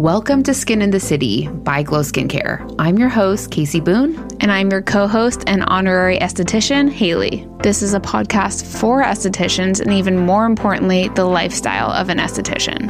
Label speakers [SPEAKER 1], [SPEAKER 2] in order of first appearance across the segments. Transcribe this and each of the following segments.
[SPEAKER 1] Welcome to Skin in the City by Glow Skincare. I'm your host, Casey Boone.
[SPEAKER 2] And I'm your co host and honorary esthetician, Haley. This is a podcast for estheticians and, even more importantly, the lifestyle of an esthetician.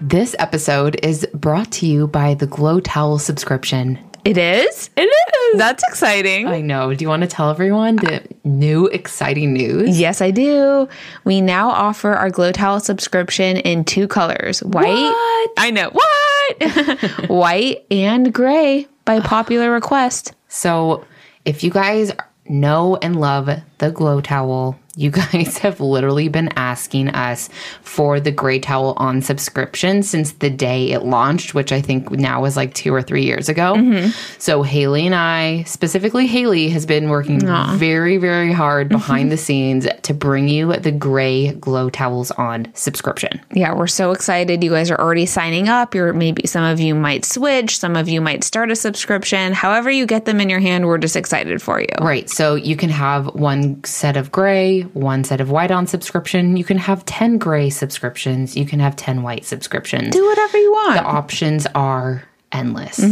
[SPEAKER 1] This episode is brought to you by the Glow Towel subscription.
[SPEAKER 2] It is?
[SPEAKER 1] It is.
[SPEAKER 2] That's exciting.
[SPEAKER 1] I know. Do you want to tell everyone the new exciting news?
[SPEAKER 2] Yes, I do. We now offer our Glow Towel subscription in two colors white.
[SPEAKER 1] What?
[SPEAKER 2] I know. What? white and gray by popular request.
[SPEAKER 1] So, if you guys know and love the glow towel, you guys have literally been asking us for the gray towel on subscription since the day it launched, which I think now was like two or three years ago. So, Haley and I, specifically Haley, has been working very, very hard behind the scenes to bring you the gray glow towels on subscription.
[SPEAKER 2] Yeah, we're so excited. You guys are already signing up. You're maybe some of you might switch, some of you might start a subscription. However, you get them in your hand, we're just excited for you.
[SPEAKER 1] Right. So you can have one set of gray, one set of white on subscription. You can have 10 gray subscriptions. You can have 10 white subscriptions.
[SPEAKER 2] Do whatever you
[SPEAKER 1] the
[SPEAKER 2] want.
[SPEAKER 1] options are endless.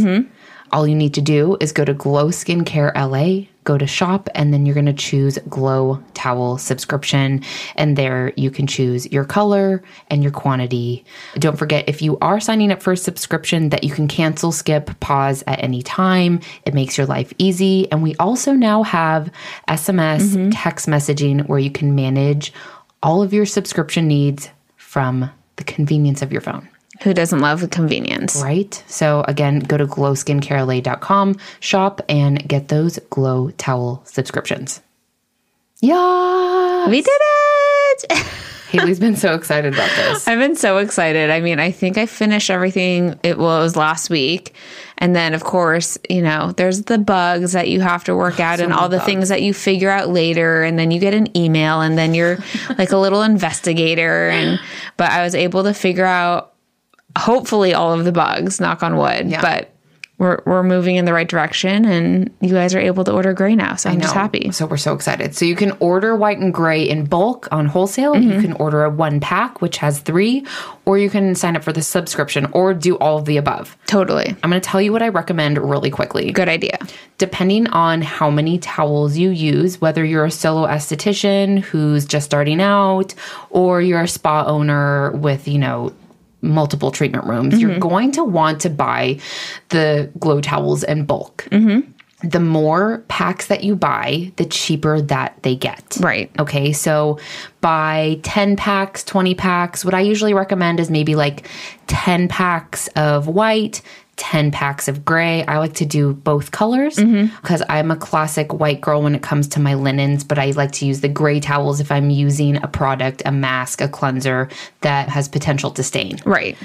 [SPEAKER 1] All you need to do is go to Glow Skincare LA, go to shop, and then you're going to choose Glow Towel subscription. And there you can choose your color and your quantity. Don't forget, if you are signing up for a subscription, that you can cancel, skip, pause at any time. It makes your life easy. And we also now have SMS text messaging where you can manage all of your subscription needs from the convenience of your phone.
[SPEAKER 2] Who doesn't love the convenience?
[SPEAKER 1] Right. So again, go to glowskincarela.com, shop, and get those glow towel subscriptions. Yeah.
[SPEAKER 2] We did it!
[SPEAKER 1] Haley's been so excited about this.
[SPEAKER 2] I've been so excited. I mean, I think I finished everything. It, well, it was last week. And then, of course, you know, there's the bugs that you have to work out and all the things that you figure out later. And then you get an email and then you're like a little investigator. And, but I was able to figure out hopefully all of the bugs, knock on wood. But we're, we're moving in the right direction and you guys are able to order gray now. So I'm just
[SPEAKER 1] No.
[SPEAKER 2] happy.
[SPEAKER 1] So we're so excited. So you can order white and gray in bulk on wholesale. You can order a one pack, which has three, or you can sign up for the subscription or do all of the above.
[SPEAKER 2] Totally.
[SPEAKER 1] I'm going to tell you what I recommend really quickly.
[SPEAKER 2] Good idea.
[SPEAKER 1] depending on how many towels you use, whether you're a solo esthetician who's just starting out or you're a spa owner with, you know, multiple treatment rooms, you're going to want to buy the glow towels in bulk. The more packs that you buy, the cheaper that they get.
[SPEAKER 2] Right.
[SPEAKER 1] Okay, so buy 10 packs, 20 packs. What I usually recommend is maybe like 10 packs of white, 10 packs of gray. I like to do both colors because I'm a classic white girl when it comes to my linens, but I like to use the gray towels if I'm using a product, a mask, a cleanser that has potential to stain.
[SPEAKER 2] Right.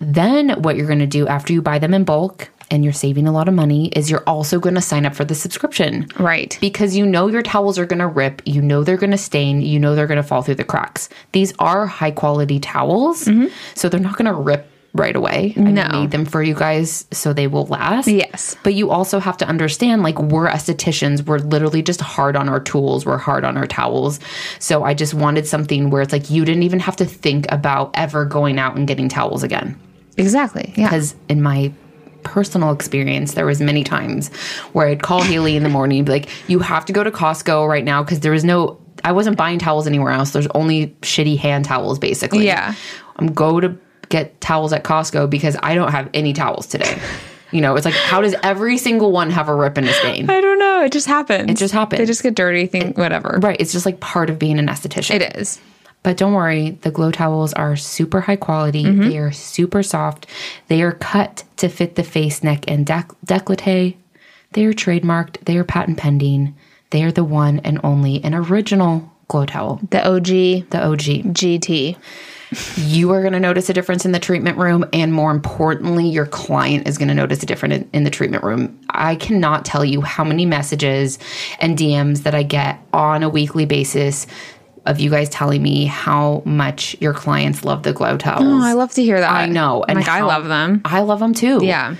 [SPEAKER 1] Then, what you're going to do after you buy them in bulk and you're saving a lot of money is you're also going to sign up for the subscription
[SPEAKER 2] Right.
[SPEAKER 1] because you know your towels are going to rip, you know they're going to stain, you know they're going to fall through the cracks. These are high quality towels, so they're not going to rip right away. I made them for you guys so they will last.
[SPEAKER 2] Yes.
[SPEAKER 1] But you also have to understand like we're estheticians, we're literally just hard on our tools, we're hard on our towels. So I just wanted something where it's like you didn't even have to think about ever going out and getting towels again
[SPEAKER 2] Exactly. Yeah.
[SPEAKER 1] because in my personal experience there was many times where i'd call haley in the morning and be like you have to go to costco right now because there was no i wasn't buying towels anywhere else there's only shitty hand towels basically
[SPEAKER 2] Yeah.
[SPEAKER 1] i'm go to get towels at costco because i don't have any towels today you know it's like how does every single one have a rip and a stain
[SPEAKER 2] I don't know. It just happens. It
[SPEAKER 1] just happens.
[SPEAKER 2] They just get dirty, think whatever.
[SPEAKER 1] right it's just like part of being an esthetician
[SPEAKER 2] It is.
[SPEAKER 1] But don't worry, the glow towels are super high quality. They are super soft. They are cut to fit the face, neck, and dec- décolleté. They are trademarked. They are patent pending. They are the one and only an original glow towel,
[SPEAKER 2] The OG
[SPEAKER 1] the OG.
[SPEAKER 2] GT.
[SPEAKER 1] You are going to notice a difference in the treatment room, and more importantly, your client is going to notice a difference in, in the treatment room. I cannot tell you how many messages and DMs that I get on a weekly basis of you guys telling me how much your clients love the glow towels.
[SPEAKER 2] Oh, I love to hear that.
[SPEAKER 1] I know.
[SPEAKER 2] And like I
[SPEAKER 1] how-
[SPEAKER 2] love them.
[SPEAKER 1] I love them too.
[SPEAKER 2] Yeah.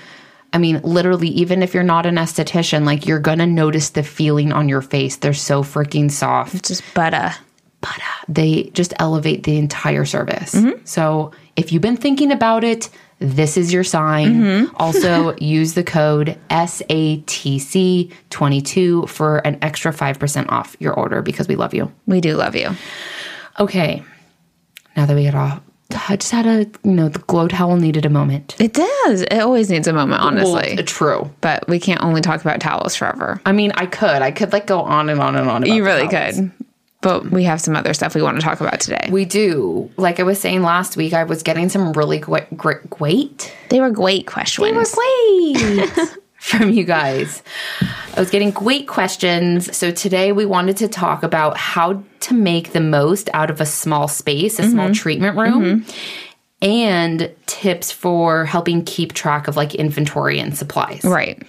[SPEAKER 1] I mean, literally, even if you're not an esthetician, like you're going to notice the feeling on your face. They're so freaking soft.
[SPEAKER 2] uh, Just butter.
[SPEAKER 1] butter. They just elevate the entire service. So if you've been thinking about it, this is your sign. also, use the code SATC22 for an extra 5% off your order because we love you.
[SPEAKER 2] We do love you.
[SPEAKER 1] Okay. Now that we got off, I just had a, you know, the glow towel needed a moment.
[SPEAKER 2] It does. It always needs a moment, honestly.
[SPEAKER 1] Well, true.
[SPEAKER 2] but we can't only talk about towels forever.
[SPEAKER 1] I mean, I could. I could like go on and on and on. About
[SPEAKER 2] You
[SPEAKER 1] the
[SPEAKER 2] really
[SPEAKER 1] towels.
[SPEAKER 2] could. But we have some other stuff we want to talk about today.
[SPEAKER 1] We do. Like I was saying last week, I was getting some really great, great, great
[SPEAKER 2] They were great questions.
[SPEAKER 1] great from you guys. I was getting great questions. So today we wanted to talk about how to make the most out of a small space, a small treatment room. And tips for helping keep track of like inventory and supplies.
[SPEAKER 2] right.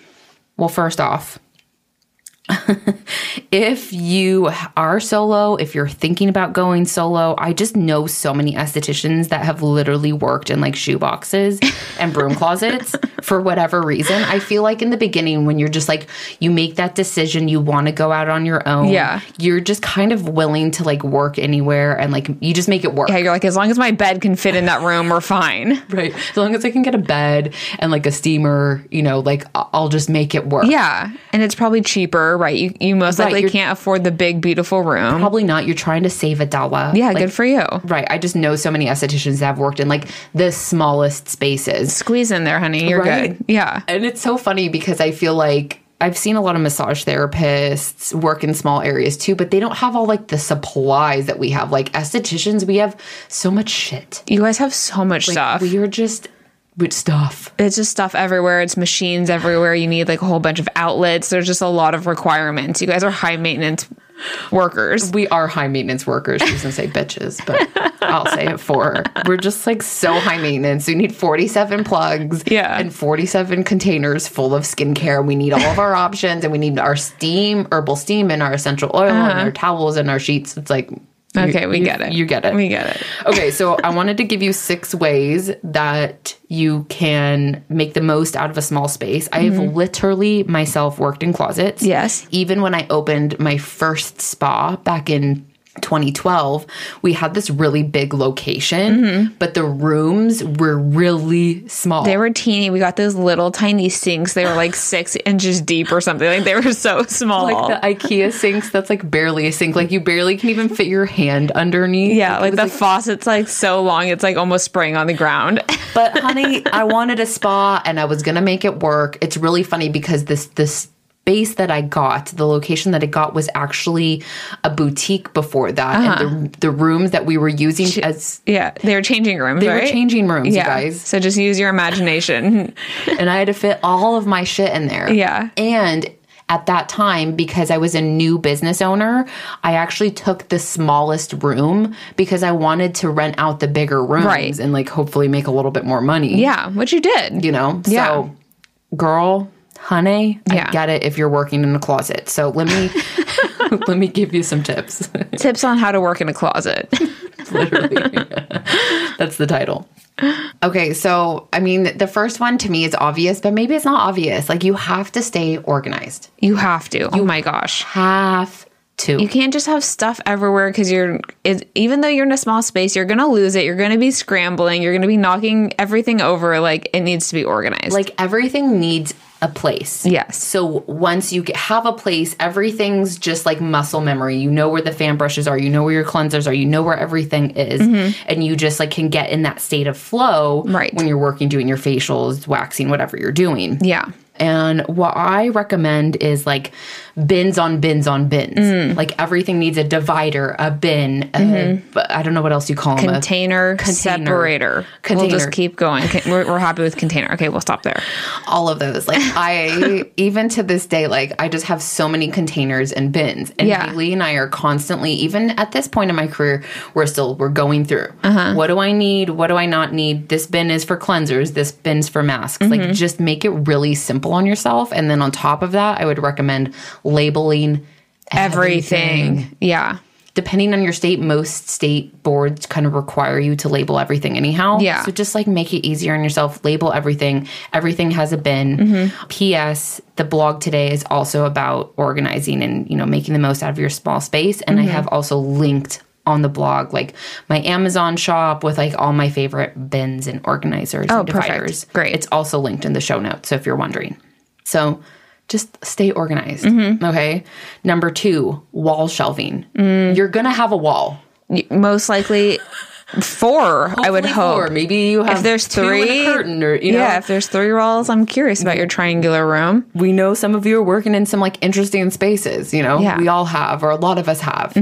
[SPEAKER 1] Well, first off, if you are solo, if you're thinking about going solo, I just know so many estheticians that have literally worked in like shoe boxes and broom closets for whatever reason. I feel like in the beginning, when you're just like, you make that decision, you want to go out on your own.
[SPEAKER 2] Yeah.
[SPEAKER 1] You're just kind of willing to like work anywhere and like you just make it work.
[SPEAKER 2] Yeah, you're like, as long as my bed can fit in that room, we're fine.
[SPEAKER 1] Right. As long as I can get a bed and like a steamer, you know, like I- I'll just make it work.
[SPEAKER 2] Yeah. And it's probably cheaper, right? You, you most
[SPEAKER 1] Right,
[SPEAKER 2] likely
[SPEAKER 1] you're-
[SPEAKER 2] can't afford the big, beautiful room.
[SPEAKER 1] Probably not. You're trying to save a dollar.
[SPEAKER 2] yeah,
[SPEAKER 1] Like,
[SPEAKER 2] good for you.
[SPEAKER 1] Right. I just know so many estheticians that have worked in like the smallest spaces.
[SPEAKER 2] Squeeze in there, honey. You're
[SPEAKER 1] Right?
[SPEAKER 2] good. Yeah.
[SPEAKER 1] And it's so funny because I feel like I've seen a lot of massage therapists work in small areas too, but they don't have all like the supplies that we have. Like estheticians, we have so much shit.
[SPEAKER 2] You guys have so much stuff.
[SPEAKER 1] We are just with stuff.
[SPEAKER 2] it's just stuff everywhere. It's machines everywhere. You need like a whole bunch of outlets. There's just a lot of requirements. You guys are high maintenance workers.
[SPEAKER 1] We are high maintenance workers. She doesn't say bitches, but I'll say it for her. We're just like so high maintenance. We need 47 plugs
[SPEAKER 2] Yeah.
[SPEAKER 1] and 47 containers full of skincare. We need all of our options and we need our steam, herbal steam, and our essential oil and our towels and our sheets. It's like,
[SPEAKER 2] Okay, we
[SPEAKER 1] you-
[SPEAKER 2] Uh-huh. get it.
[SPEAKER 1] You get it.
[SPEAKER 2] We get it.
[SPEAKER 1] Okay, so I wanted to give you six ways that you can make the most out of a small space. I have
[SPEAKER 2] Mm-hmm.
[SPEAKER 1] literally myself worked in closets.
[SPEAKER 2] Yes.
[SPEAKER 1] Even when I opened my first spa back in 2012, we had this really big location, but the rooms were really small.
[SPEAKER 2] They were teeny. We got those little tiny sinks. They were like six inches deep or something. Like they were so small.
[SPEAKER 1] like the IKEA sinks, that's like barely a sink. Like you barely can even fit your hand underneath.
[SPEAKER 2] yeah,
[SPEAKER 1] it
[SPEAKER 2] like
[SPEAKER 1] was,
[SPEAKER 2] the faucet's like so long, it's like almost spraying on the ground.
[SPEAKER 1] but honey, I wanted a spa and I was gonna make it work. It's really funny because this this space that I got, the location that I got was actually a boutique before that, and the the rooms that we were using as
[SPEAKER 2] yeah, they were changing rooms.
[SPEAKER 1] they were changing rooms,
[SPEAKER 2] yeah.
[SPEAKER 1] you guys.
[SPEAKER 2] So just use your imagination.
[SPEAKER 1] and I had to fit all of my shit in there.
[SPEAKER 2] Yeah.
[SPEAKER 1] And at that time, because I was a new business owner, I actually took the smallest room because I wanted to rent out the bigger rooms
[SPEAKER 2] Right.
[SPEAKER 1] and like hopefully make a little bit more money.
[SPEAKER 2] yeah, what you did.
[SPEAKER 1] You know?
[SPEAKER 2] Yeah.
[SPEAKER 1] So girl, honey,
[SPEAKER 2] Yeah.
[SPEAKER 1] I get it if you're working in a closet. So let me let me give you some tips.
[SPEAKER 2] Tips on how to work in a closet.
[SPEAKER 1] literally. That's the title. Okay, so I mean, the first one to me is obvious, but maybe it's not obvious. Like, you have to stay organized.
[SPEAKER 2] you have to. oh my gosh.
[SPEAKER 1] Have to.
[SPEAKER 2] You can't just have stuff everywhere because you're, it, even though you're in a small space, you're going to lose it. You're going to be scrambling. You're going to be knocking everything over. Like, it needs to be organized.
[SPEAKER 1] like, everything needs a place.
[SPEAKER 2] yes.
[SPEAKER 1] So once you get, have a place, everything's just like muscle memory. You know where the fan brushes are, you know where your cleansers are, you know where everything is, and you just like can get in that state of flow
[SPEAKER 2] Mm-hmm. Right.
[SPEAKER 1] when you're working, doing your facials, waxing, whatever you're doing.
[SPEAKER 2] Yeah.
[SPEAKER 1] And what I recommend is like bins on bins on bins.
[SPEAKER 2] Mm.
[SPEAKER 1] Like everything needs a divider, a bin, a- but I don't know what else you call them.
[SPEAKER 2] Mm-hmm. Container, separator. We'll
[SPEAKER 1] Container.
[SPEAKER 2] just keep going. Con- We're, we're happy with container. Okay, we'll stop there.
[SPEAKER 1] all of those. Like I, even to this day, like I just have so many containers and bins. And
[SPEAKER 2] Yeah.
[SPEAKER 1] Haley and I are constantly, even at this point in my career, we're still we're going through. What do I need? What do I not need? This bin is for cleansers. This bin's for masks. Like just make it really simple on yourself. And then on top of that, I would recommend labeling
[SPEAKER 2] Everything. Yeah.
[SPEAKER 1] depending on your state, most state boards kind of require you to label everything anyhow.
[SPEAKER 2] Yeah.
[SPEAKER 1] So just like make it easier on yourself, label everything. Everything has a bin. P.S. The blog today is also about organizing and, you know, making the most out of your small space. And I have also linked on the blog, like my Amazon shop with like all my favorite bins and organizers
[SPEAKER 2] Oh,
[SPEAKER 1] and
[SPEAKER 2] perfect.
[SPEAKER 1] dividers.
[SPEAKER 2] Great.
[SPEAKER 1] It's also linked in the show notes. So if you're wondering, so just stay organized.
[SPEAKER 2] Mm-hmm.
[SPEAKER 1] Okay. Number two, wall shelving.
[SPEAKER 2] Mm.
[SPEAKER 1] You're going to have a wall.
[SPEAKER 2] Y- Most likely four, I would
[SPEAKER 1] Hopefully
[SPEAKER 2] hope.
[SPEAKER 1] four. Maybe you have
[SPEAKER 2] there's
[SPEAKER 1] two and
[SPEAKER 2] three-
[SPEAKER 1] a curtain or, you know,
[SPEAKER 2] Yeah, if there's three walls, I'm curious about your triangular room.
[SPEAKER 1] we know some of you are working in some like interesting spaces, you know,
[SPEAKER 2] Yeah. Mm-hmm.
[SPEAKER 1] we all have, or a lot of us have.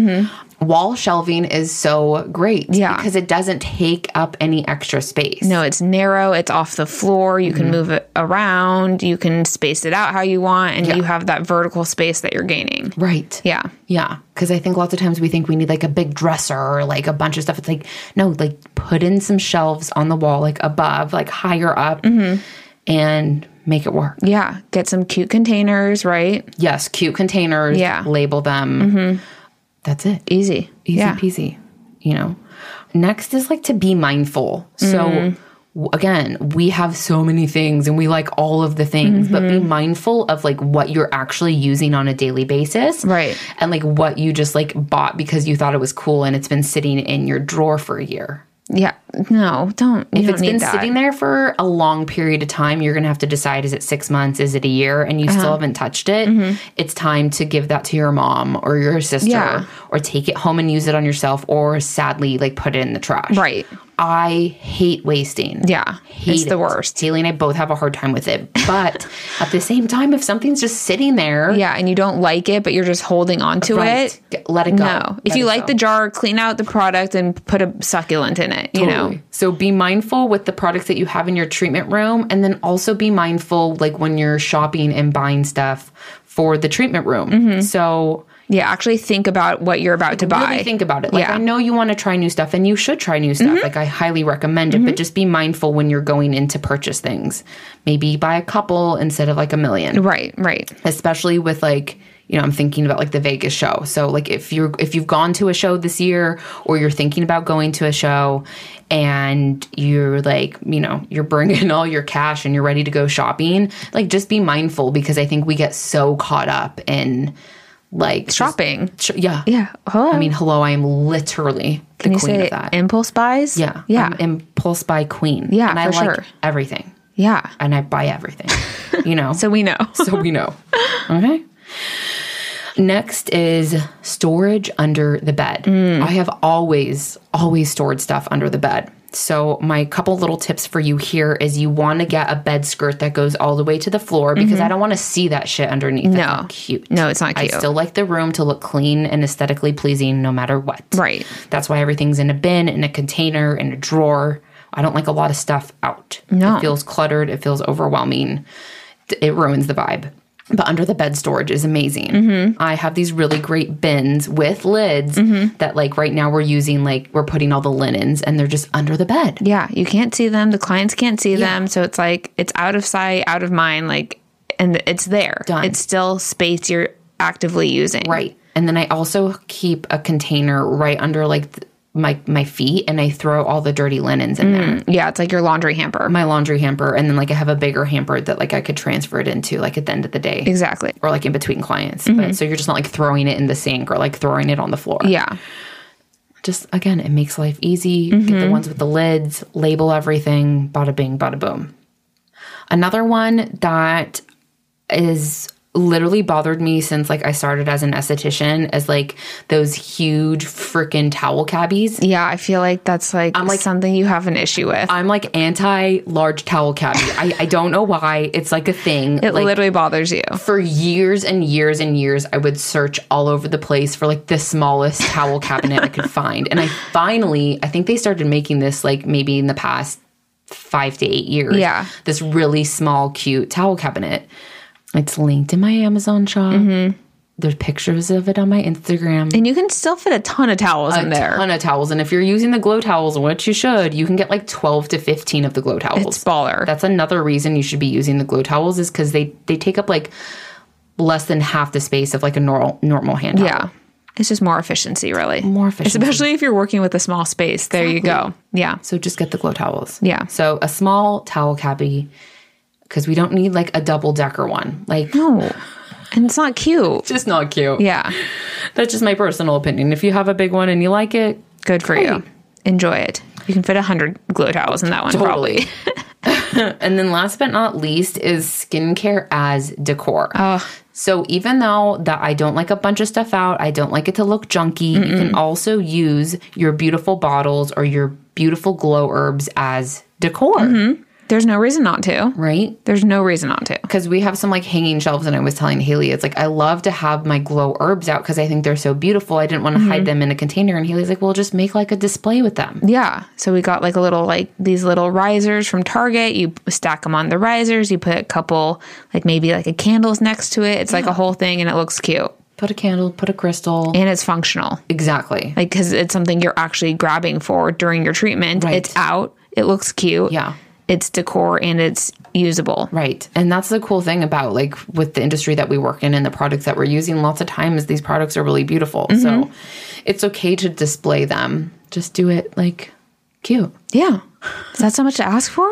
[SPEAKER 1] Wall shelving is so great
[SPEAKER 2] Yeah.
[SPEAKER 1] because it doesn't take up any extra space.
[SPEAKER 2] No, it's narrow, it's off the floor, you
[SPEAKER 1] Mm-hmm.
[SPEAKER 2] can move it around, you can space it out how you want, and you have that vertical space that you're gaining.
[SPEAKER 1] Right.
[SPEAKER 2] Yeah.
[SPEAKER 1] Yeah. Because I think lots of times we think we need like a big dresser or like a bunch of stuff. It's like, no, like put in some shelves on the wall, like above, like higher up, and make it work.
[SPEAKER 2] Yeah. Get some cute containers, right?
[SPEAKER 1] Yes. Cute containers.
[SPEAKER 2] Yeah.
[SPEAKER 1] Label them. That's it.
[SPEAKER 2] Easy.
[SPEAKER 1] easy
[SPEAKER 2] yeah.
[SPEAKER 1] peasy you know next is like to be mindful so
[SPEAKER 2] Mm-hmm.
[SPEAKER 1] w- again we have so many things and we like all of the things but be
[SPEAKER 2] Mm-hmm.
[SPEAKER 1] mindful of like what you're actually using on a daily basis
[SPEAKER 2] Right.
[SPEAKER 1] and like what you just like bought because you thought it was cool and it's been sitting in your drawer for a year
[SPEAKER 2] Yeah. No, don't. You
[SPEAKER 1] if
[SPEAKER 2] don't
[SPEAKER 1] it's
[SPEAKER 2] need
[SPEAKER 1] been
[SPEAKER 2] that.
[SPEAKER 1] sitting there for a long period of time, you're going to have to decide is it six months, is it a year, and you
[SPEAKER 2] Uh-huh.
[SPEAKER 1] still haven't touched it.
[SPEAKER 2] Mm-hmm.
[SPEAKER 1] It's time to give that to your mom or your sister
[SPEAKER 2] Yeah.
[SPEAKER 1] or take it home and use it on yourself or sadly, like put it in the trash.
[SPEAKER 2] Right.
[SPEAKER 1] I hate wasting.
[SPEAKER 2] Yeah.
[SPEAKER 1] Hate
[SPEAKER 2] it's the
[SPEAKER 1] it.
[SPEAKER 2] worst.
[SPEAKER 1] Haley and I both have a hard time with it. But at the same time, if something's just sitting there,
[SPEAKER 2] Yeah. And you don't like it, but you're just holding on to
[SPEAKER 1] right,
[SPEAKER 2] it.
[SPEAKER 1] g- let it go.
[SPEAKER 2] No. If
[SPEAKER 1] Let
[SPEAKER 2] you
[SPEAKER 1] it
[SPEAKER 2] like
[SPEAKER 1] go.
[SPEAKER 2] the jar, clean out the product and put a succulent in it, you know?
[SPEAKER 1] Totally. So be mindful with the products that you have in your treatment room and then also be mindful like when you're shopping and buying stuff for the treatment room. So
[SPEAKER 2] Yeah. Actually think about what you're about to buy.
[SPEAKER 1] really think about it. Like
[SPEAKER 2] Yeah.
[SPEAKER 1] I Mm-hmm. know you want to try new stuff and you should try new stuff. Like I highly recommend it, but just be mindful when you're going in to purchase things. Maybe buy a couple instead of like a million.
[SPEAKER 2] right. Right.
[SPEAKER 1] Especially with like you know, I'm thinking about like the Vegas show. So like if you're if you've gone to a show this year or you're thinking about going to a show and you're like, you know, you're bringing all your cash and you're ready to go shopping, like just be mindful because I think we get so caught up in like just-
[SPEAKER 2] Shopping.
[SPEAKER 1] sh- yeah.
[SPEAKER 2] Yeah. Hello.
[SPEAKER 1] I mean, hello, I am literally the
[SPEAKER 2] Can you
[SPEAKER 1] queen
[SPEAKER 2] say
[SPEAKER 1] of that.
[SPEAKER 2] impulse buys?
[SPEAKER 1] yeah.
[SPEAKER 2] Yeah.
[SPEAKER 1] I'm impulse buy queen.
[SPEAKER 2] Yeah,
[SPEAKER 1] And I
[SPEAKER 2] for
[SPEAKER 1] like
[SPEAKER 2] sure.
[SPEAKER 1] everything.
[SPEAKER 2] yeah.
[SPEAKER 1] And I buy everything. You know?
[SPEAKER 2] So we know.
[SPEAKER 1] so we know. Okay. Next is storage under the bed. I have always, always stored stuff under the bed. So, my couple little tips for you here is you want to get a bed skirt that goes all the way to the floor because I don't want to see that shit underneath. That's
[SPEAKER 2] No.
[SPEAKER 1] not cute.
[SPEAKER 2] No, it's not
[SPEAKER 1] I
[SPEAKER 2] cute.
[SPEAKER 1] still like the room to look clean and aesthetically pleasing no matter what.
[SPEAKER 2] Right.
[SPEAKER 1] That's why everything's in a bin, in a container, in a drawer. I don't like a lot of stuff out.
[SPEAKER 2] No.
[SPEAKER 1] It feels cluttered, it feels overwhelming, D- it ruins the vibe. But under the bed storage is amazing. I have these really great bins with lids that, like, right now we're using, like, we're putting all the linens and they're just under the bed.
[SPEAKER 2] yeah. You can't see them. The clients can't see them. So it's like, it's out of sight, out of mind. Like, and it's there.
[SPEAKER 1] Done.
[SPEAKER 2] It's still space you're actively using.
[SPEAKER 1] Right. And then I also keep a container right under, like, th- my, my feet and I throw all the dirty linens in there.
[SPEAKER 2] Mm. Yeah. It's like your laundry hamper.
[SPEAKER 1] my laundry hamper and then like I have a bigger hamper that like I could transfer it into like at the end of the day
[SPEAKER 2] exactly.
[SPEAKER 1] or like in between clients. But so you're just not like throwing it in the sink or like throwing it on the floor.
[SPEAKER 2] Mm-hmm. Yeah.
[SPEAKER 1] Just again, it makes life easy. Get
[SPEAKER 2] Mm-hmm.
[SPEAKER 1] the ones with the lids, label everything, bada bing, bada boom. Another one that is literally bothered me since like I started as an esthetician is like those huge freaking towel cabbies.
[SPEAKER 2] Yeah. I feel like that's like,
[SPEAKER 1] like-
[SPEAKER 2] something you have an issue with.
[SPEAKER 1] I'm like anti large towel cabbie. I, I don't know why. It's like a thing.
[SPEAKER 2] it
[SPEAKER 1] like,
[SPEAKER 2] literally bothers you.
[SPEAKER 1] for years and years and years, I would search all over the place for like the smallest towel cabinet I could find. And I finally, I think they started making this like maybe in the past five to eight years.
[SPEAKER 2] Yeah.
[SPEAKER 1] This really small, cute towel cabinet. It's linked in my Amazon shop.
[SPEAKER 2] Mm-hmm.
[SPEAKER 1] There's pictures of it on my Instagram.
[SPEAKER 2] And you can still fit a ton of towels in there.
[SPEAKER 1] Ton of towels. And if you're using the glow towels, which you should, you can get like 12 to 15 of the glow towels.
[SPEAKER 2] It's baller.
[SPEAKER 1] That's another reason you should be using the glow towels is because they they take up like less than half the space of like a normal normal hand towel.
[SPEAKER 2] yeah. It's just more efficiency, really.
[SPEAKER 1] More efficiency.
[SPEAKER 2] Especially if you're working with a small space. There you go. Yeah.
[SPEAKER 1] So just get the glow towels.
[SPEAKER 2] Yeah.
[SPEAKER 1] So a small towel cabbie because we don't need like a double decker one. Like
[SPEAKER 2] No. and it's not cute.
[SPEAKER 1] Just not cute.
[SPEAKER 2] Yeah,
[SPEAKER 1] That's just my personal opinion. If you have a big one and you like it,
[SPEAKER 2] good for you. Enjoy it. You can fit a hundred glow towels in that one, probably.
[SPEAKER 1] And then last but not least is skincare as decor. So even though that I don't like a bunch of stuff out, I don't like it to look junky, you can also use your beautiful bottles or your beautiful glow herbs as decor,
[SPEAKER 2] There's no reason not to.
[SPEAKER 1] right?
[SPEAKER 2] There's no reason not to.
[SPEAKER 1] Because we have some like hanging shelves, and I was telling Haley, it's like I love to have my glow herbs out because I think they're so beautiful. I didn't want to hide them in a container, and Haley's like, "Well, just make like a display with them."
[SPEAKER 2] Yeah. So we got like a little like these little risers from Target. You stack them on the risers. You put a couple like maybe like a candles next to it. It's like a whole thing and it looks cute
[SPEAKER 1] Put a candle, put a crystal,
[SPEAKER 2] and it's functional.
[SPEAKER 1] exactly.
[SPEAKER 2] Like cuz it's something you're actually grabbing for during your treatment.
[SPEAKER 1] Right.
[SPEAKER 2] It's out. It looks cute.
[SPEAKER 1] Yeah.
[SPEAKER 2] It's decor and it's usable.
[SPEAKER 1] Right. And that's the cool thing about like with the industry that we work in and the products that we're using, lots of times these products are really beautiful. So it's okay to display them. Just do it like cute.
[SPEAKER 2] Yeah. Is that so much to ask for?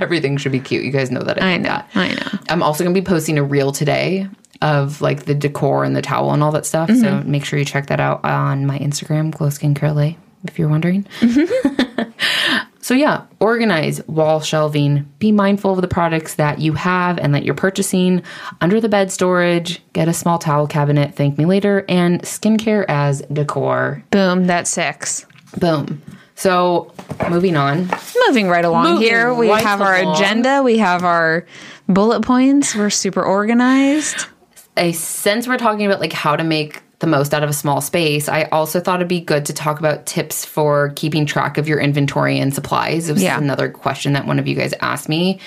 [SPEAKER 1] Everything should be cute. You guys know that.
[SPEAKER 2] I
[SPEAKER 1] think
[SPEAKER 2] know.
[SPEAKER 1] that.
[SPEAKER 2] I know.
[SPEAKER 1] I'm also going to be posting a reel today of like the decor and the towel and all that stuff. So
[SPEAKER 2] Mm-hmm.
[SPEAKER 1] make sure you check that out on my Instagram, Glow Skin Curly, if you're wondering.
[SPEAKER 2] Mm-hmm.
[SPEAKER 1] so yeah, organize wall shelving. Be mindful of the products that you have and that you're purchasing. Under the bed storage, get a small towel cabinet. Thank me later. And skincare as decor.
[SPEAKER 2] Boom, that's 6.
[SPEAKER 1] Boom. So moving on.
[SPEAKER 2] Moving right along
[SPEAKER 1] Moving
[SPEAKER 2] here. We
[SPEAKER 1] right
[SPEAKER 2] have our
[SPEAKER 1] along.
[SPEAKER 2] agenda, we have our bullet points. We're super organized.
[SPEAKER 1] I since we're talking about like how to make the most out of a small space, I also thought it'd be good to talk about tips for keeping track of your inventory and supplies. It was
[SPEAKER 2] Yeah.
[SPEAKER 1] another question that one of you guys asked me.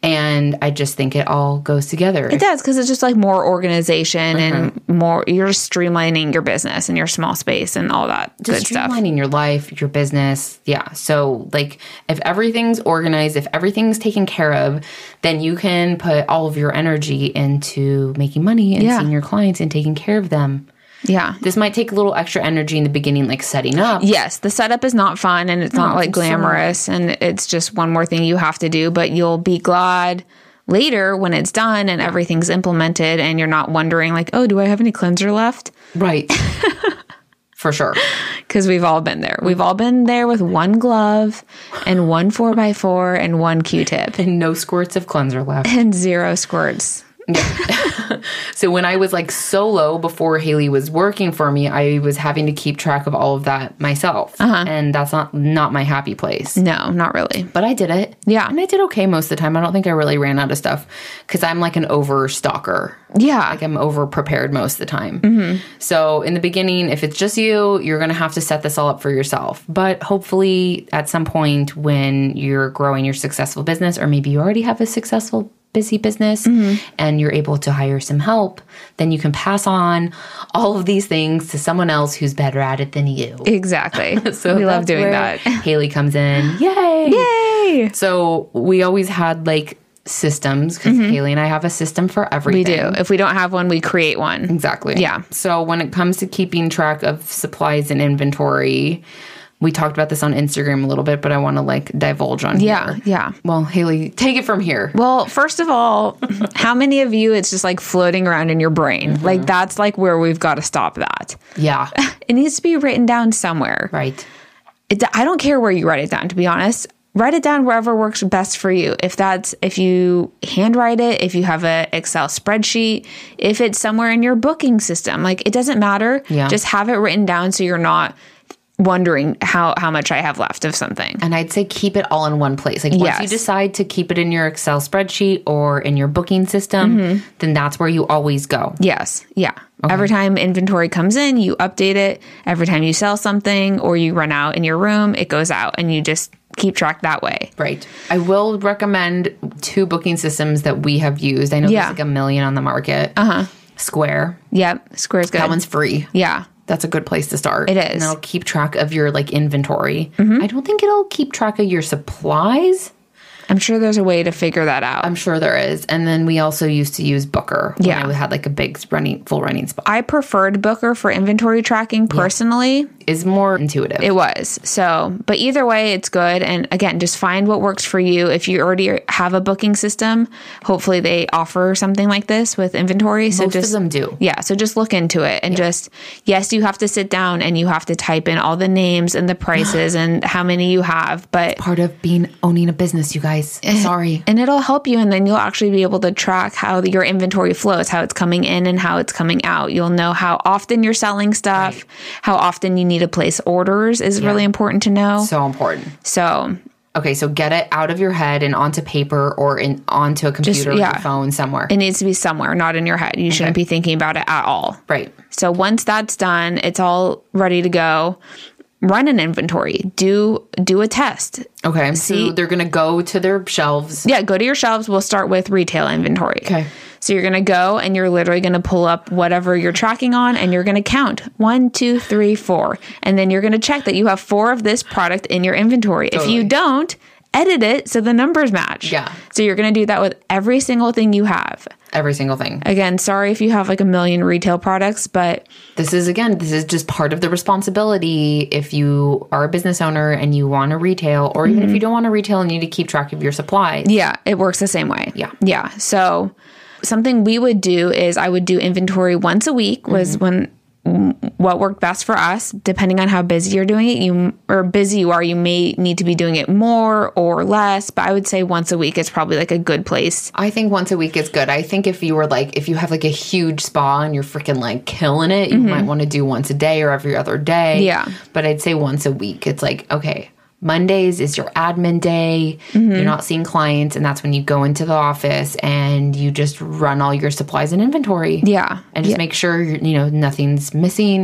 [SPEAKER 1] And I just think it all goes together.
[SPEAKER 2] It does because it's just like more organization and more you're streamlining your business and your small space and all that good stuff.
[SPEAKER 1] streamlining your life, your business. Yeah. So, like, if everything's organized, if everything's taken care of, then you can put all of your energy into making money and
[SPEAKER 2] Yeah.
[SPEAKER 1] seeing your clients and taking care of them.
[SPEAKER 2] Yeah.
[SPEAKER 1] This might take a little extra energy in the beginning, like setting up.
[SPEAKER 2] Yes, the setup is not fun and it's not like
[SPEAKER 1] it's so not.
[SPEAKER 2] glamorous and it's just one more thing you have to do, but you'll be glad later when it's done and everything's implemented and you're not wondering like, "Oh, do I have any cleanser left?"
[SPEAKER 1] Right. For sure.
[SPEAKER 2] Because we've all been there. We've all been there with one glove and one 4x4 and one Q-tip
[SPEAKER 1] And no squirts of cleanser left.
[SPEAKER 2] and zero squirts.
[SPEAKER 1] So when I was like solo before Haley was working for me, I was having to keep track of all of that myself. And that's not not my happy place.
[SPEAKER 2] No, not really.
[SPEAKER 1] But I did it.
[SPEAKER 2] Yeah.
[SPEAKER 1] And I did okay most of the time. I don't think I really ran out of stuff because I'm like an over stalker.
[SPEAKER 2] Yeah.
[SPEAKER 1] like I'm over prepared most of the time. So in the beginning, if it's just you, you're gonna have to set this all up for yourself. But hopefully, at some point when you're growing your successful business, or maybe you already have a successful busy business and you're able to hire some help, then you can pass on all of these things to someone else who's better at it than you.
[SPEAKER 2] Exactly. we love
[SPEAKER 1] That's
[SPEAKER 2] doing
[SPEAKER 1] where
[SPEAKER 2] that.
[SPEAKER 1] Haley comes in. Yay!
[SPEAKER 2] Yay!
[SPEAKER 1] So we always had like systems because
[SPEAKER 2] Mm-hmm.
[SPEAKER 1] Haley and I have a system for everything.
[SPEAKER 2] We do. If we don't have one, we create one.
[SPEAKER 1] Exactly.
[SPEAKER 2] Yeah.
[SPEAKER 1] So when it comes to keeping track of supplies and inventory, we talked about this on Instagram a little bit, but I want to like divulge on
[SPEAKER 2] Yeah,
[SPEAKER 1] here.
[SPEAKER 2] yeah.
[SPEAKER 1] Well, Haley, take it from here.
[SPEAKER 2] Well, first of all, how many of you it's just like floating around in your brain?
[SPEAKER 1] Mm-hmm.
[SPEAKER 2] Like that's like where we've got to stop that.
[SPEAKER 1] Yeah.
[SPEAKER 2] It needs to be written down somewhere.
[SPEAKER 1] right.
[SPEAKER 2] It, I don't care where you write it down to be honest. Write it down wherever works best for you. If that's if you handwrite it, if you have a Excel spreadsheet, if it's somewhere in your booking system, like it doesn't matter.
[SPEAKER 1] Yeah.
[SPEAKER 2] Just have it written down so you're not wondering how how much I have left of something.
[SPEAKER 1] And I'd say keep it all in one place. Like once
[SPEAKER 2] Yes.
[SPEAKER 1] you decide to keep it in your Excel spreadsheet or in your booking system, then that's where you always go.
[SPEAKER 2] Yes. Yeah. Every time inventory comes in, you update it. Every time you sell something or you run out in your room, it goes out and you just keep track that way.
[SPEAKER 1] Right. I will recommend two booking systems that we have used. I know
[SPEAKER 2] Yeah.
[SPEAKER 1] there's like a million on the market. Uh huh. Square.
[SPEAKER 2] Yep. Square's good.
[SPEAKER 1] That one's free.
[SPEAKER 2] yeah.
[SPEAKER 1] that's a good place to start.
[SPEAKER 2] It is. Mm-hmm.
[SPEAKER 1] And it'll keep track of your like inventory. I don't think it'll keep track of your supplies.
[SPEAKER 2] I'm sure there's a way to figure that out.
[SPEAKER 1] I'm sure there is. And then we also used to use Booker. When
[SPEAKER 2] Yeah.
[SPEAKER 1] I had like a big running, full running spot.
[SPEAKER 2] I preferred Booker for inventory tracking personally.
[SPEAKER 1] is more intuitive.
[SPEAKER 2] It was. So, but either way, it's good. And again, just find what works for you. If you already have a booking system, hopefully they offer something like this with inventory. So
[SPEAKER 1] Most
[SPEAKER 2] just
[SPEAKER 1] of them do.
[SPEAKER 2] yeah, so just look into it and just yes, you have to sit down and you have to type in all the names and the prices and how many you have, but
[SPEAKER 1] Part of being owning a business, you guys.
[SPEAKER 2] Eh.
[SPEAKER 1] Sorry.
[SPEAKER 2] and it'll help you and then you'll actually be able to track how your inventory flows how it's coming in and how it's coming out you'll know how often you're selling stuff how often you need to place orders is really important to know
[SPEAKER 1] So important.
[SPEAKER 2] so
[SPEAKER 1] Okay, so get it out of your head and onto paper or in onto a computer or
[SPEAKER 2] yeah.
[SPEAKER 1] your phone somewhere.
[SPEAKER 2] it needs to be somewhere not in your head you shouldn't be thinking about it at all
[SPEAKER 1] right.
[SPEAKER 2] So once that's done, it's all ready to go. Run an inventory. Do do a test.
[SPEAKER 1] Okay. so they're gonna go to their shelves.
[SPEAKER 2] Yeah, go to your shelves. We'll start with retail inventory.
[SPEAKER 1] Okay.
[SPEAKER 2] So you're gonna go and you're literally gonna pull up whatever you're tracking on and you're gonna count one, two, three, four. And then you're gonna check that you have four of this product in your inventory. If you don't, edit it so the numbers match.
[SPEAKER 1] Yeah.
[SPEAKER 2] So you're gonna do that with every single thing you have.
[SPEAKER 1] Every single thing.
[SPEAKER 2] Again, sorry if you have like a million retail products, but
[SPEAKER 1] This is again, this is just part of the responsibility if you are a business owner and you want to retail, or
[SPEAKER 2] Mm-hmm.
[SPEAKER 1] even if you don't want to retail and you need to keep track of your supply.
[SPEAKER 2] Yeah, it works the same way.
[SPEAKER 1] Yeah.
[SPEAKER 2] Yeah. So something we would do is I would do inventory once a week was when mm, what worked best for us depending on how busy you're doing it you or busy you are you may need to be doing it more or less but i would say once a week is probably like a good place
[SPEAKER 1] I think once a week is good. I think if you were like, if you have like a huge spa and you're freaking like killing it, you might want to do once a day or every other day.
[SPEAKER 2] Mm-hmm. Yeah.
[SPEAKER 1] But I'd say once a week. It's like, okay, Mondays is your admin day.
[SPEAKER 2] Mm-hmm.
[SPEAKER 1] You're not seeing clients. And that's when you go into the office and you just run all your supplies and inventory.
[SPEAKER 2] yeah Mm-hmm.
[SPEAKER 1] And just make sure, you're- you know, nothing's missing.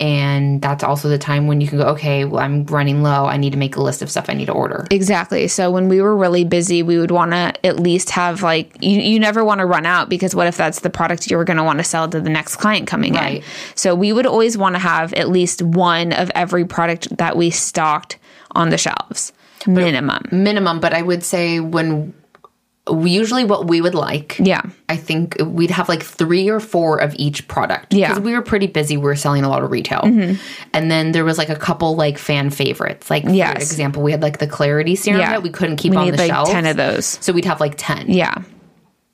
[SPEAKER 1] And that's also the time when you can go, okay, well, I'm running low. I need to make a list of stuff I need to order.
[SPEAKER 2] Exactly. So when we were really busy, we would want to at least have like you, you never want to run out because what if that's the product you're going to want to sell to the next client coming in.
[SPEAKER 1] Right.
[SPEAKER 2] So we would always want to have at least one of every product that we stocked on the shelves. Minimum.
[SPEAKER 1] minimum but i would say when usually what we would like
[SPEAKER 2] Yeah.
[SPEAKER 1] i think we'd have like three or four of each product
[SPEAKER 2] Yeah. Mm-hmm.
[SPEAKER 1] we were pretty busy we were selling a lot of retail and then there was like a couple like fan favorites like
[SPEAKER 2] Yes.
[SPEAKER 1] for example we had like the clarity serum
[SPEAKER 2] Yeah.
[SPEAKER 1] that we couldn't keep
[SPEAKER 2] we
[SPEAKER 1] on
[SPEAKER 2] need
[SPEAKER 1] the
[SPEAKER 2] like
[SPEAKER 1] shelf
[SPEAKER 2] 10 of those.
[SPEAKER 1] so we'd have like 10
[SPEAKER 2] Yeah.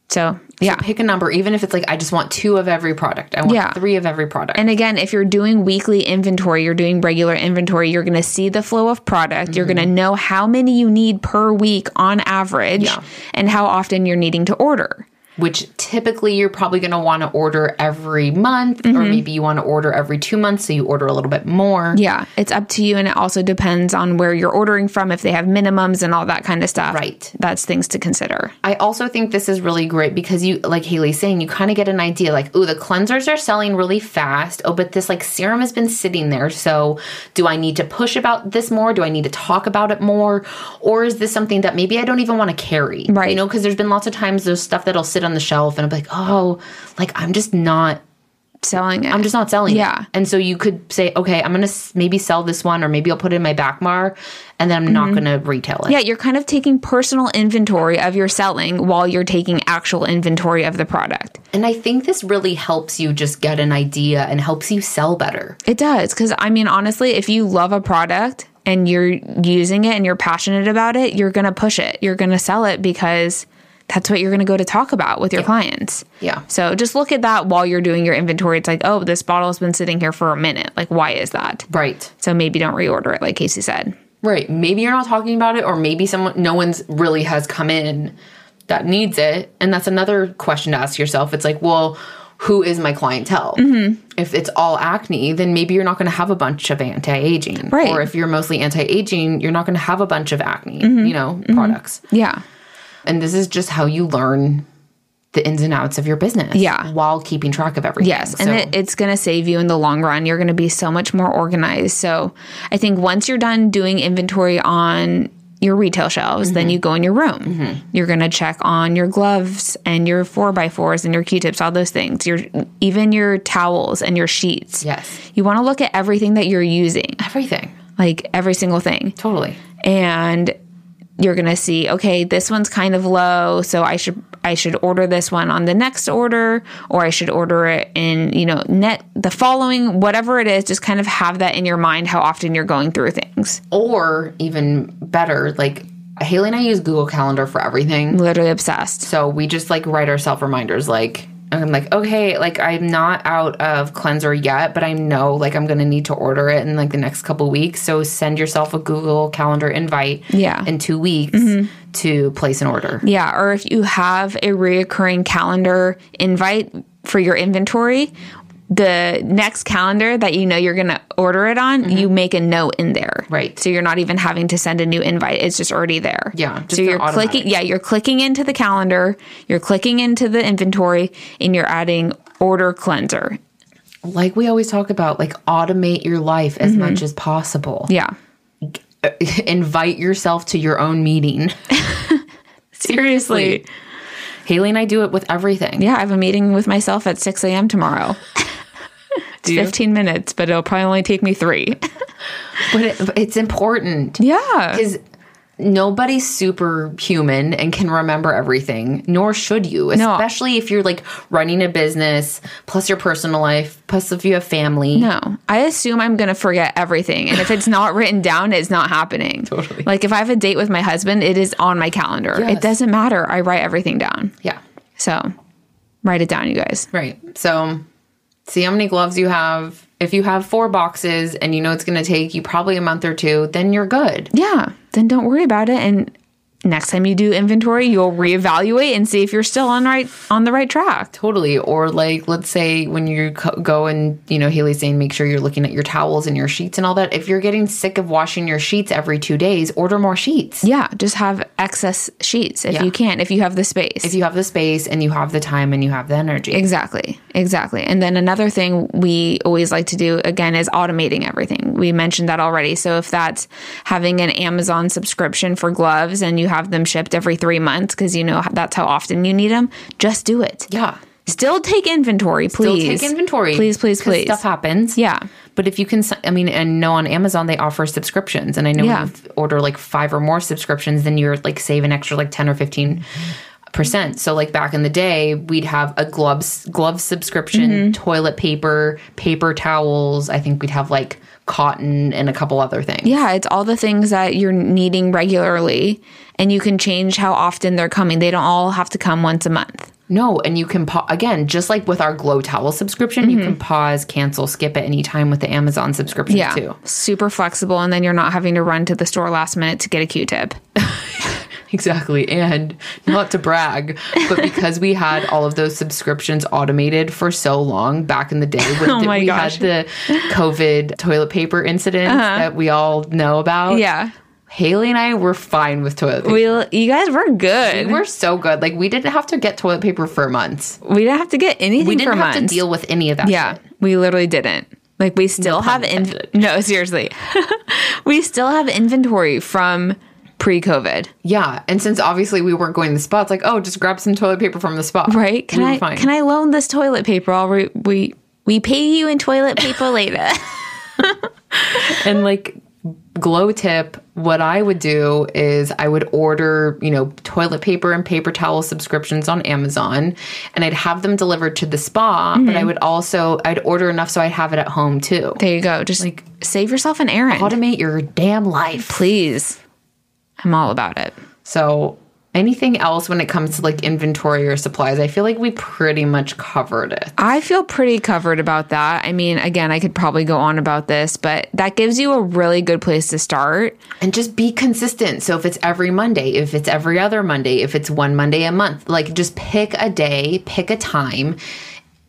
[SPEAKER 2] So, yeah.
[SPEAKER 1] pick a number even if it's like i just want two of every product i want
[SPEAKER 2] Yeah.
[SPEAKER 1] three of every product
[SPEAKER 2] And again, if you're doing weekly inventory, you're doing regular inventory, you're going to see the flow of product. You're going to
[SPEAKER 1] Mm-hmm.
[SPEAKER 2] know how many you need per week on average
[SPEAKER 1] Yeah.
[SPEAKER 2] and how often you're needing to order.
[SPEAKER 1] which typically you're probably going to want to order every month or maybe you want to order every two months so you order a little bit more
[SPEAKER 2] Mm-hmm. Yeah, it's up to you. And it also depends on where you're ordering from, if they have minimums and all that kind of stuff.
[SPEAKER 1] Right.
[SPEAKER 2] That's things to consider.
[SPEAKER 1] I also think this is really great because you, like Haley's saying, you kind of get an idea like, ooh, the cleansers are selling really fast. Oh, but this like serum has been sitting there. So do I need to push about this more? Do I need to talk about it more? Or is this something that maybe I don't even want to carry?
[SPEAKER 2] Right.
[SPEAKER 1] You know, because there's been lots of times there's stuff that'll sit on the shelf and I'm like, oh, like I'm just not.
[SPEAKER 2] Selling it.
[SPEAKER 1] I'm just not selling. it.
[SPEAKER 2] Yeah.
[SPEAKER 1] And so you could say, okay, I'm going to s- maybe sell this one or maybe I'll put it in my back mar and then I'm not going to retail it.
[SPEAKER 2] Mm-hmm. yeah, you're kind of taking personal inventory of your selling while you're taking actual inventory of the product.
[SPEAKER 1] And I think this really helps you just get an idea and helps you sell better.
[SPEAKER 2] It does. Cause I mean, honestly, if you love a product and you're using it and you're passionate about it, you're going to push it. You're going to sell it because that's what you're going to go to talk about with your clients.
[SPEAKER 1] Yeah.
[SPEAKER 2] So just look at that while you're doing your inventory. It's like, oh, this bottle has been sitting here for a minute. Like, why is that?
[SPEAKER 1] Right.
[SPEAKER 2] So maybe don't reorder it, like Casey said.
[SPEAKER 1] Right. Maybe you're not talking about it or maybe someone no one's really has come in that needs it. And that's another question to ask yourself. It's like, well, who is my clientele?
[SPEAKER 2] Mm-hmm.
[SPEAKER 1] If it's all acne, then maybe you're not going to have a bunch of anti-aging.
[SPEAKER 2] Right.
[SPEAKER 1] Or if you're mostly anti-aging, you're not going to have a bunch of acne,
[SPEAKER 2] Mm-hmm.
[SPEAKER 1] you know, products.
[SPEAKER 2] Yeah.
[SPEAKER 1] And this is just how you learn the ins and outs of your business.
[SPEAKER 2] Yeah.
[SPEAKER 1] While keeping track of everything.
[SPEAKER 2] Yes. And it, it's going to save you in the long run. You're going to be so much more organized. So I think once you're done doing inventory on your retail shelves, then you go in your room. You're going to check on your gloves and your four by fours and your Q tips, all those things, your, even your towels and your sheets.
[SPEAKER 1] yes.
[SPEAKER 2] You want to look at everything that you're using,
[SPEAKER 1] Everything.
[SPEAKER 2] like every single thing.
[SPEAKER 1] Totally.
[SPEAKER 2] And you're going to see okay this one's kind of low so i should i should order this one on the next order or i should order it in you know net the following whatever it is just kind of have that in your mind how often you're going through things
[SPEAKER 1] Or even better, like Haley and I use Google Calendar for everything.
[SPEAKER 2] literally obsessed
[SPEAKER 1] So we just like write ourselves reminders like I'm like, okay, like I'm not out of cleanser yet, but I know like I'm gonna need to order it in like the next couple weeks. So send yourself a Google Calendar invite
[SPEAKER 2] Yeah. Mm-hmm.
[SPEAKER 1] in two weeks to place an order.
[SPEAKER 2] Yeah, or if you have a reoccurring calendar invite for your inventory, the next calendar that you know you're going to order it on, you make a note in there.
[SPEAKER 1] Mm-hmm. Right.
[SPEAKER 2] So you're not even having to send a new invite. It's just already there.
[SPEAKER 1] Yeah, just
[SPEAKER 2] So
[SPEAKER 1] an
[SPEAKER 2] you're
[SPEAKER 1] automatic.
[SPEAKER 2] clicking yeah, you're clicking into the calendar, you're clicking into the inventory and you're adding order cleanser.
[SPEAKER 1] Like we always talk about, like automate your life
[SPEAKER 2] Mm-hmm.
[SPEAKER 1] as much as possible.
[SPEAKER 2] Yeah.
[SPEAKER 1] invite yourself to your own meeting.
[SPEAKER 2] Seriously.
[SPEAKER 1] Haley and I do it with everything.
[SPEAKER 2] Yeah, I have a meeting with myself at 6 a.m. tomorrow. It's 15 minutes, but it'll probably only take me three.
[SPEAKER 1] But it, but it's important.
[SPEAKER 2] Yeah.
[SPEAKER 1] because nobody's superhuman and can remember everything nor should you especially if you're like running a business plus your personal life plus if you have family
[SPEAKER 2] No, I assume I'm going to forget everything. And if it's not written down, it's not happening. Totally. Like if I have a date with my husband, it is on my calendar.
[SPEAKER 1] Yes.
[SPEAKER 2] It doesn't matter. I write everything down.
[SPEAKER 1] yeah
[SPEAKER 2] So write it down, you guys.
[SPEAKER 1] right so see how many gloves you have if you have four boxes and you know it's going to take you probably a month or two then you're good
[SPEAKER 2] Yeah. Then don't worry about it. And next time you do inventory, you'll reevaluate and see if you're still on right on the right track.
[SPEAKER 1] totally or like let's say when you co- go and you know haley's saying make sure you're looking at your towels and your sheets and all that if you're getting sick of washing your sheets every two days order more sheets
[SPEAKER 2] Yeah. Just have excess sheets if
[SPEAKER 1] Yeah.
[SPEAKER 2] you can, if you have the space.
[SPEAKER 1] if you have the space and you have the time and you have the energy.
[SPEAKER 2] Exactly. Exactly. And then another thing we always like to do again is automating everything. We mentioned that already. So if that's having an Amazon subscription for gloves and you have them shipped every 3 months cuz you know h- that's how often you need them, just do it.
[SPEAKER 1] yeah.
[SPEAKER 2] Still take inventory,
[SPEAKER 1] Still
[SPEAKER 2] please.
[SPEAKER 1] take inventory.
[SPEAKER 2] Please, please,
[SPEAKER 1] 'cause
[SPEAKER 2] please.
[SPEAKER 1] Stuff happens.
[SPEAKER 2] Yeah.
[SPEAKER 1] But if you can, si- I mean, and know on Amazon they offer subscriptions, and I know
[SPEAKER 2] Yeah.
[SPEAKER 1] when you order like five or more subscriptions, then you're like save an extra like ten or fifteen percent. So like back in the day, we'd have a gloves glove subscription, toilet paper, paper towels. I think we'd have like cotton and a couple other things.
[SPEAKER 2] Yeah, it's all the things that you're needing regularly and you can change how often they're coming. They don't all have to come once a month.
[SPEAKER 1] No, and you can pa- again, just like with our Glow towel subscription, you can pause, cancel, skip at any time with the Amazon subscription
[SPEAKER 2] Mm-hmm. Yeah.
[SPEAKER 1] too.
[SPEAKER 2] Super flexible and then you're not having to run to the store last minute to get a Q-tip.
[SPEAKER 1] Exactly. And not to brag, but because we had all of those subscriptions automated for so long back in the day when
[SPEAKER 2] Oh my
[SPEAKER 1] we
[SPEAKER 2] gosh. Uh-huh.
[SPEAKER 1] had the COVID toilet paper incident that we all know about.
[SPEAKER 2] Yeah.
[SPEAKER 1] Haley and I were fine with toilet paper.
[SPEAKER 2] We, you guys were good.
[SPEAKER 1] We were so good. Like we didn't have to get toilet paper for months.
[SPEAKER 2] We didn't have to get anything
[SPEAKER 1] We didn't
[SPEAKER 2] for
[SPEAKER 1] have
[SPEAKER 2] months.
[SPEAKER 1] to deal with any of that.
[SPEAKER 2] yeah, we literally didn't. Like we still have in- no seriously, we still have inventory from pre-COVID,
[SPEAKER 1] Yeah, and since obviously we weren't going to the spa, it's like, oh, just grab some toilet paper from the spa,
[SPEAKER 2] right? Can
[SPEAKER 1] we were
[SPEAKER 2] I
[SPEAKER 1] fine.
[SPEAKER 2] can I loan this toilet paper? I'll re- we we pay you in toilet paper later.
[SPEAKER 1] and like, glow tip. What I would do is I would order, you know, toilet paper and paper towel subscriptions on Amazon, and I'd have them delivered to the spa. But
[SPEAKER 2] Mm-hmm.
[SPEAKER 1] I would also I'd order enough so I'd have it at home too.
[SPEAKER 2] there you go. Just like save yourself an errand,
[SPEAKER 1] Automate your damn life.
[SPEAKER 2] please. I'm all about it.
[SPEAKER 1] So. Anything else when it comes to like inventory or supplies? I feel like we pretty much covered it.
[SPEAKER 2] I feel pretty covered about that. I mean, again, I could probably go on about this, but that gives you a really good place to start.
[SPEAKER 1] and just be consistent. So if it's every Monday, if it's every other Monday, if it's one Monday a month, like just pick a day, pick a time.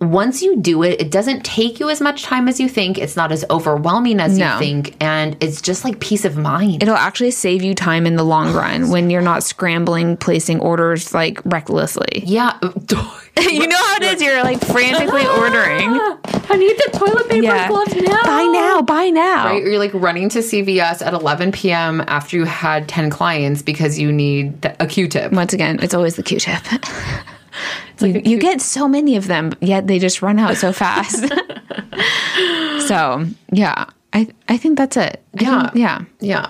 [SPEAKER 1] Once you do it, it doesn't take you as much time as you think. It's not as overwhelming as
[SPEAKER 2] No.
[SPEAKER 1] you think, and it's just like peace of mind.
[SPEAKER 2] it'll actually save you time in the long run when you're not scrambling placing orders like recklessly.
[SPEAKER 1] yeah. Ah!
[SPEAKER 2] you know how it is. You're like frantically ordering.
[SPEAKER 1] I need the toilet paper gloves now.
[SPEAKER 2] Buy now. Buy now.
[SPEAKER 1] Right? Or you're like running to CVS at 11 p.m. after you had 10 clients because you need the- a Q-tip.
[SPEAKER 2] Once again, it's always the Q-tip. you, you get so many of them, yet they just run out so fast. so yeah, I I think that's it. I
[SPEAKER 1] Yeah.
[SPEAKER 2] think- yeah.
[SPEAKER 1] Yeah.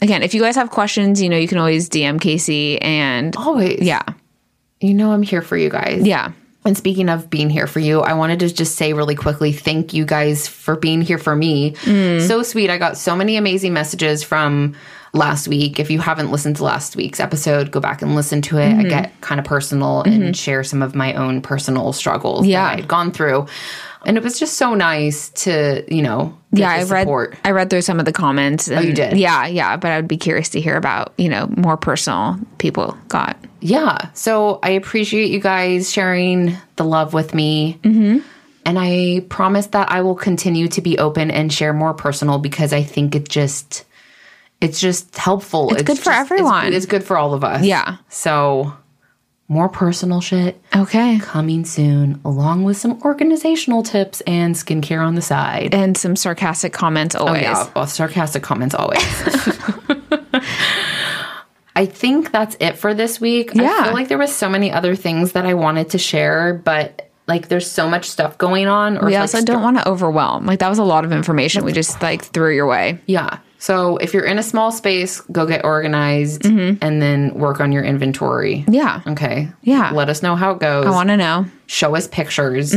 [SPEAKER 2] again, if you guys have questions, you know, you can always DM Casey and
[SPEAKER 1] Always.
[SPEAKER 2] yeah,
[SPEAKER 1] You know I'm here for you guys.
[SPEAKER 2] yeah.
[SPEAKER 1] And speaking of being here for you, I wanted to just say really quickly thank you guys for being here for me. So sweet. I got so many amazing messages from last week. If you haven't listened to last week's episode, go back and listen to it. I
[SPEAKER 2] Mm-hmm.
[SPEAKER 1] get kind of personal and share some of my own personal struggles
[SPEAKER 2] Yeah.
[SPEAKER 1] that I'd gone through. And it was just so nice to, you know, get
[SPEAKER 2] Yeah,
[SPEAKER 1] the
[SPEAKER 2] I read.
[SPEAKER 1] support. Oh,
[SPEAKER 2] I read through some of the comments. And
[SPEAKER 1] you did?
[SPEAKER 2] Yeah, yeah. But I would be curious to hear about you know more personal people got.
[SPEAKER 1] yeah so i appreciate you guys sharing the love with me
[SPEAKER 2] Mm-hmm.
[SPEAKER 1] and i promise that i will continue to be open and share more personal because i think it just it's just helpful it's,
[SPEAKER 2] good for
[SPEAKER 1] just- it's-
[SPEAKER 2] everyone.
[SPEAKER 1] it's, good for all of us
[SPEAKER 2] Yeah.
[SPEAKER 1] so more personal shit
[SPEAKER 2] Okay,
[SPEAKER 1] coming soon along with some organizational tips and skincare on the side
[SPEAKER 2] and some sarcastic comments always.
[SPEAKER 1] Oh, yeah, well, sarcastic comments always. I think that's it for this week.
[SPEAKER 2] Yeah.
[SPEAKER 1] I feel like there was so many other things that I wanted to share, but like there's so much stuff going on. Or
[SPEAKER 2] We
[SPEAKER 1] like,
[SPEAKER 2] also
[SPEAKER 1] st-
[SPEAKER 2] don't want to overwhelm. Like that was a lot of information we just like threw your way.
[SPEAKER 1] Yeah. So if you're in a small space, go get organized
[SPEAKER 2] Mm-hmm.
[SPEAKER 1] and then work on your inventory.
[SPEAKER 2] Yeah,
[SPEAKER 1] Okay.
[SPEAKER 2] Yeah.
[SPEAKER 1] Let us know how it goes.
[SPEAKER 2] I want Mm-hmm. to know.
[SPEAKER 1] Show us pictures.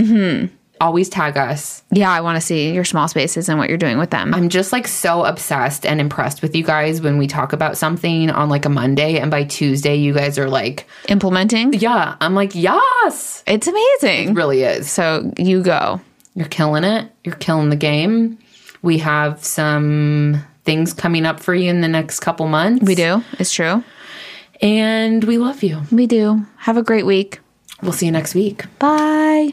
[SPEAKER 1] Always tag us.
[SPEAKER 2] Yeah, I want to see your small spaces and what you're doing with them.
[SPEAKER 1] I'm just like so obsessed and impressed with you guys when we talk about something on like a Monday and by Tuesday you guys are like,
[SPEAKER 2] Implementing.
[SPEAKER 1] yeah. I'm like, yes.
[SPEAKER 2] It's amazing.
[SPEAKER 1] Really is.
[SPEAKER 2] So you go.
[SPEAKER 1] You're killing it. You're killing the game. We have some things coming up for you in the next couple months.
[SPEAKER 2] We do. It's true.
[SPEAKER 1] And we love you.
[SPEAKER 2] We do. Have a great week.
[SPEAKER 1] We'll see you next week.
[SPEAKER 2] Bye.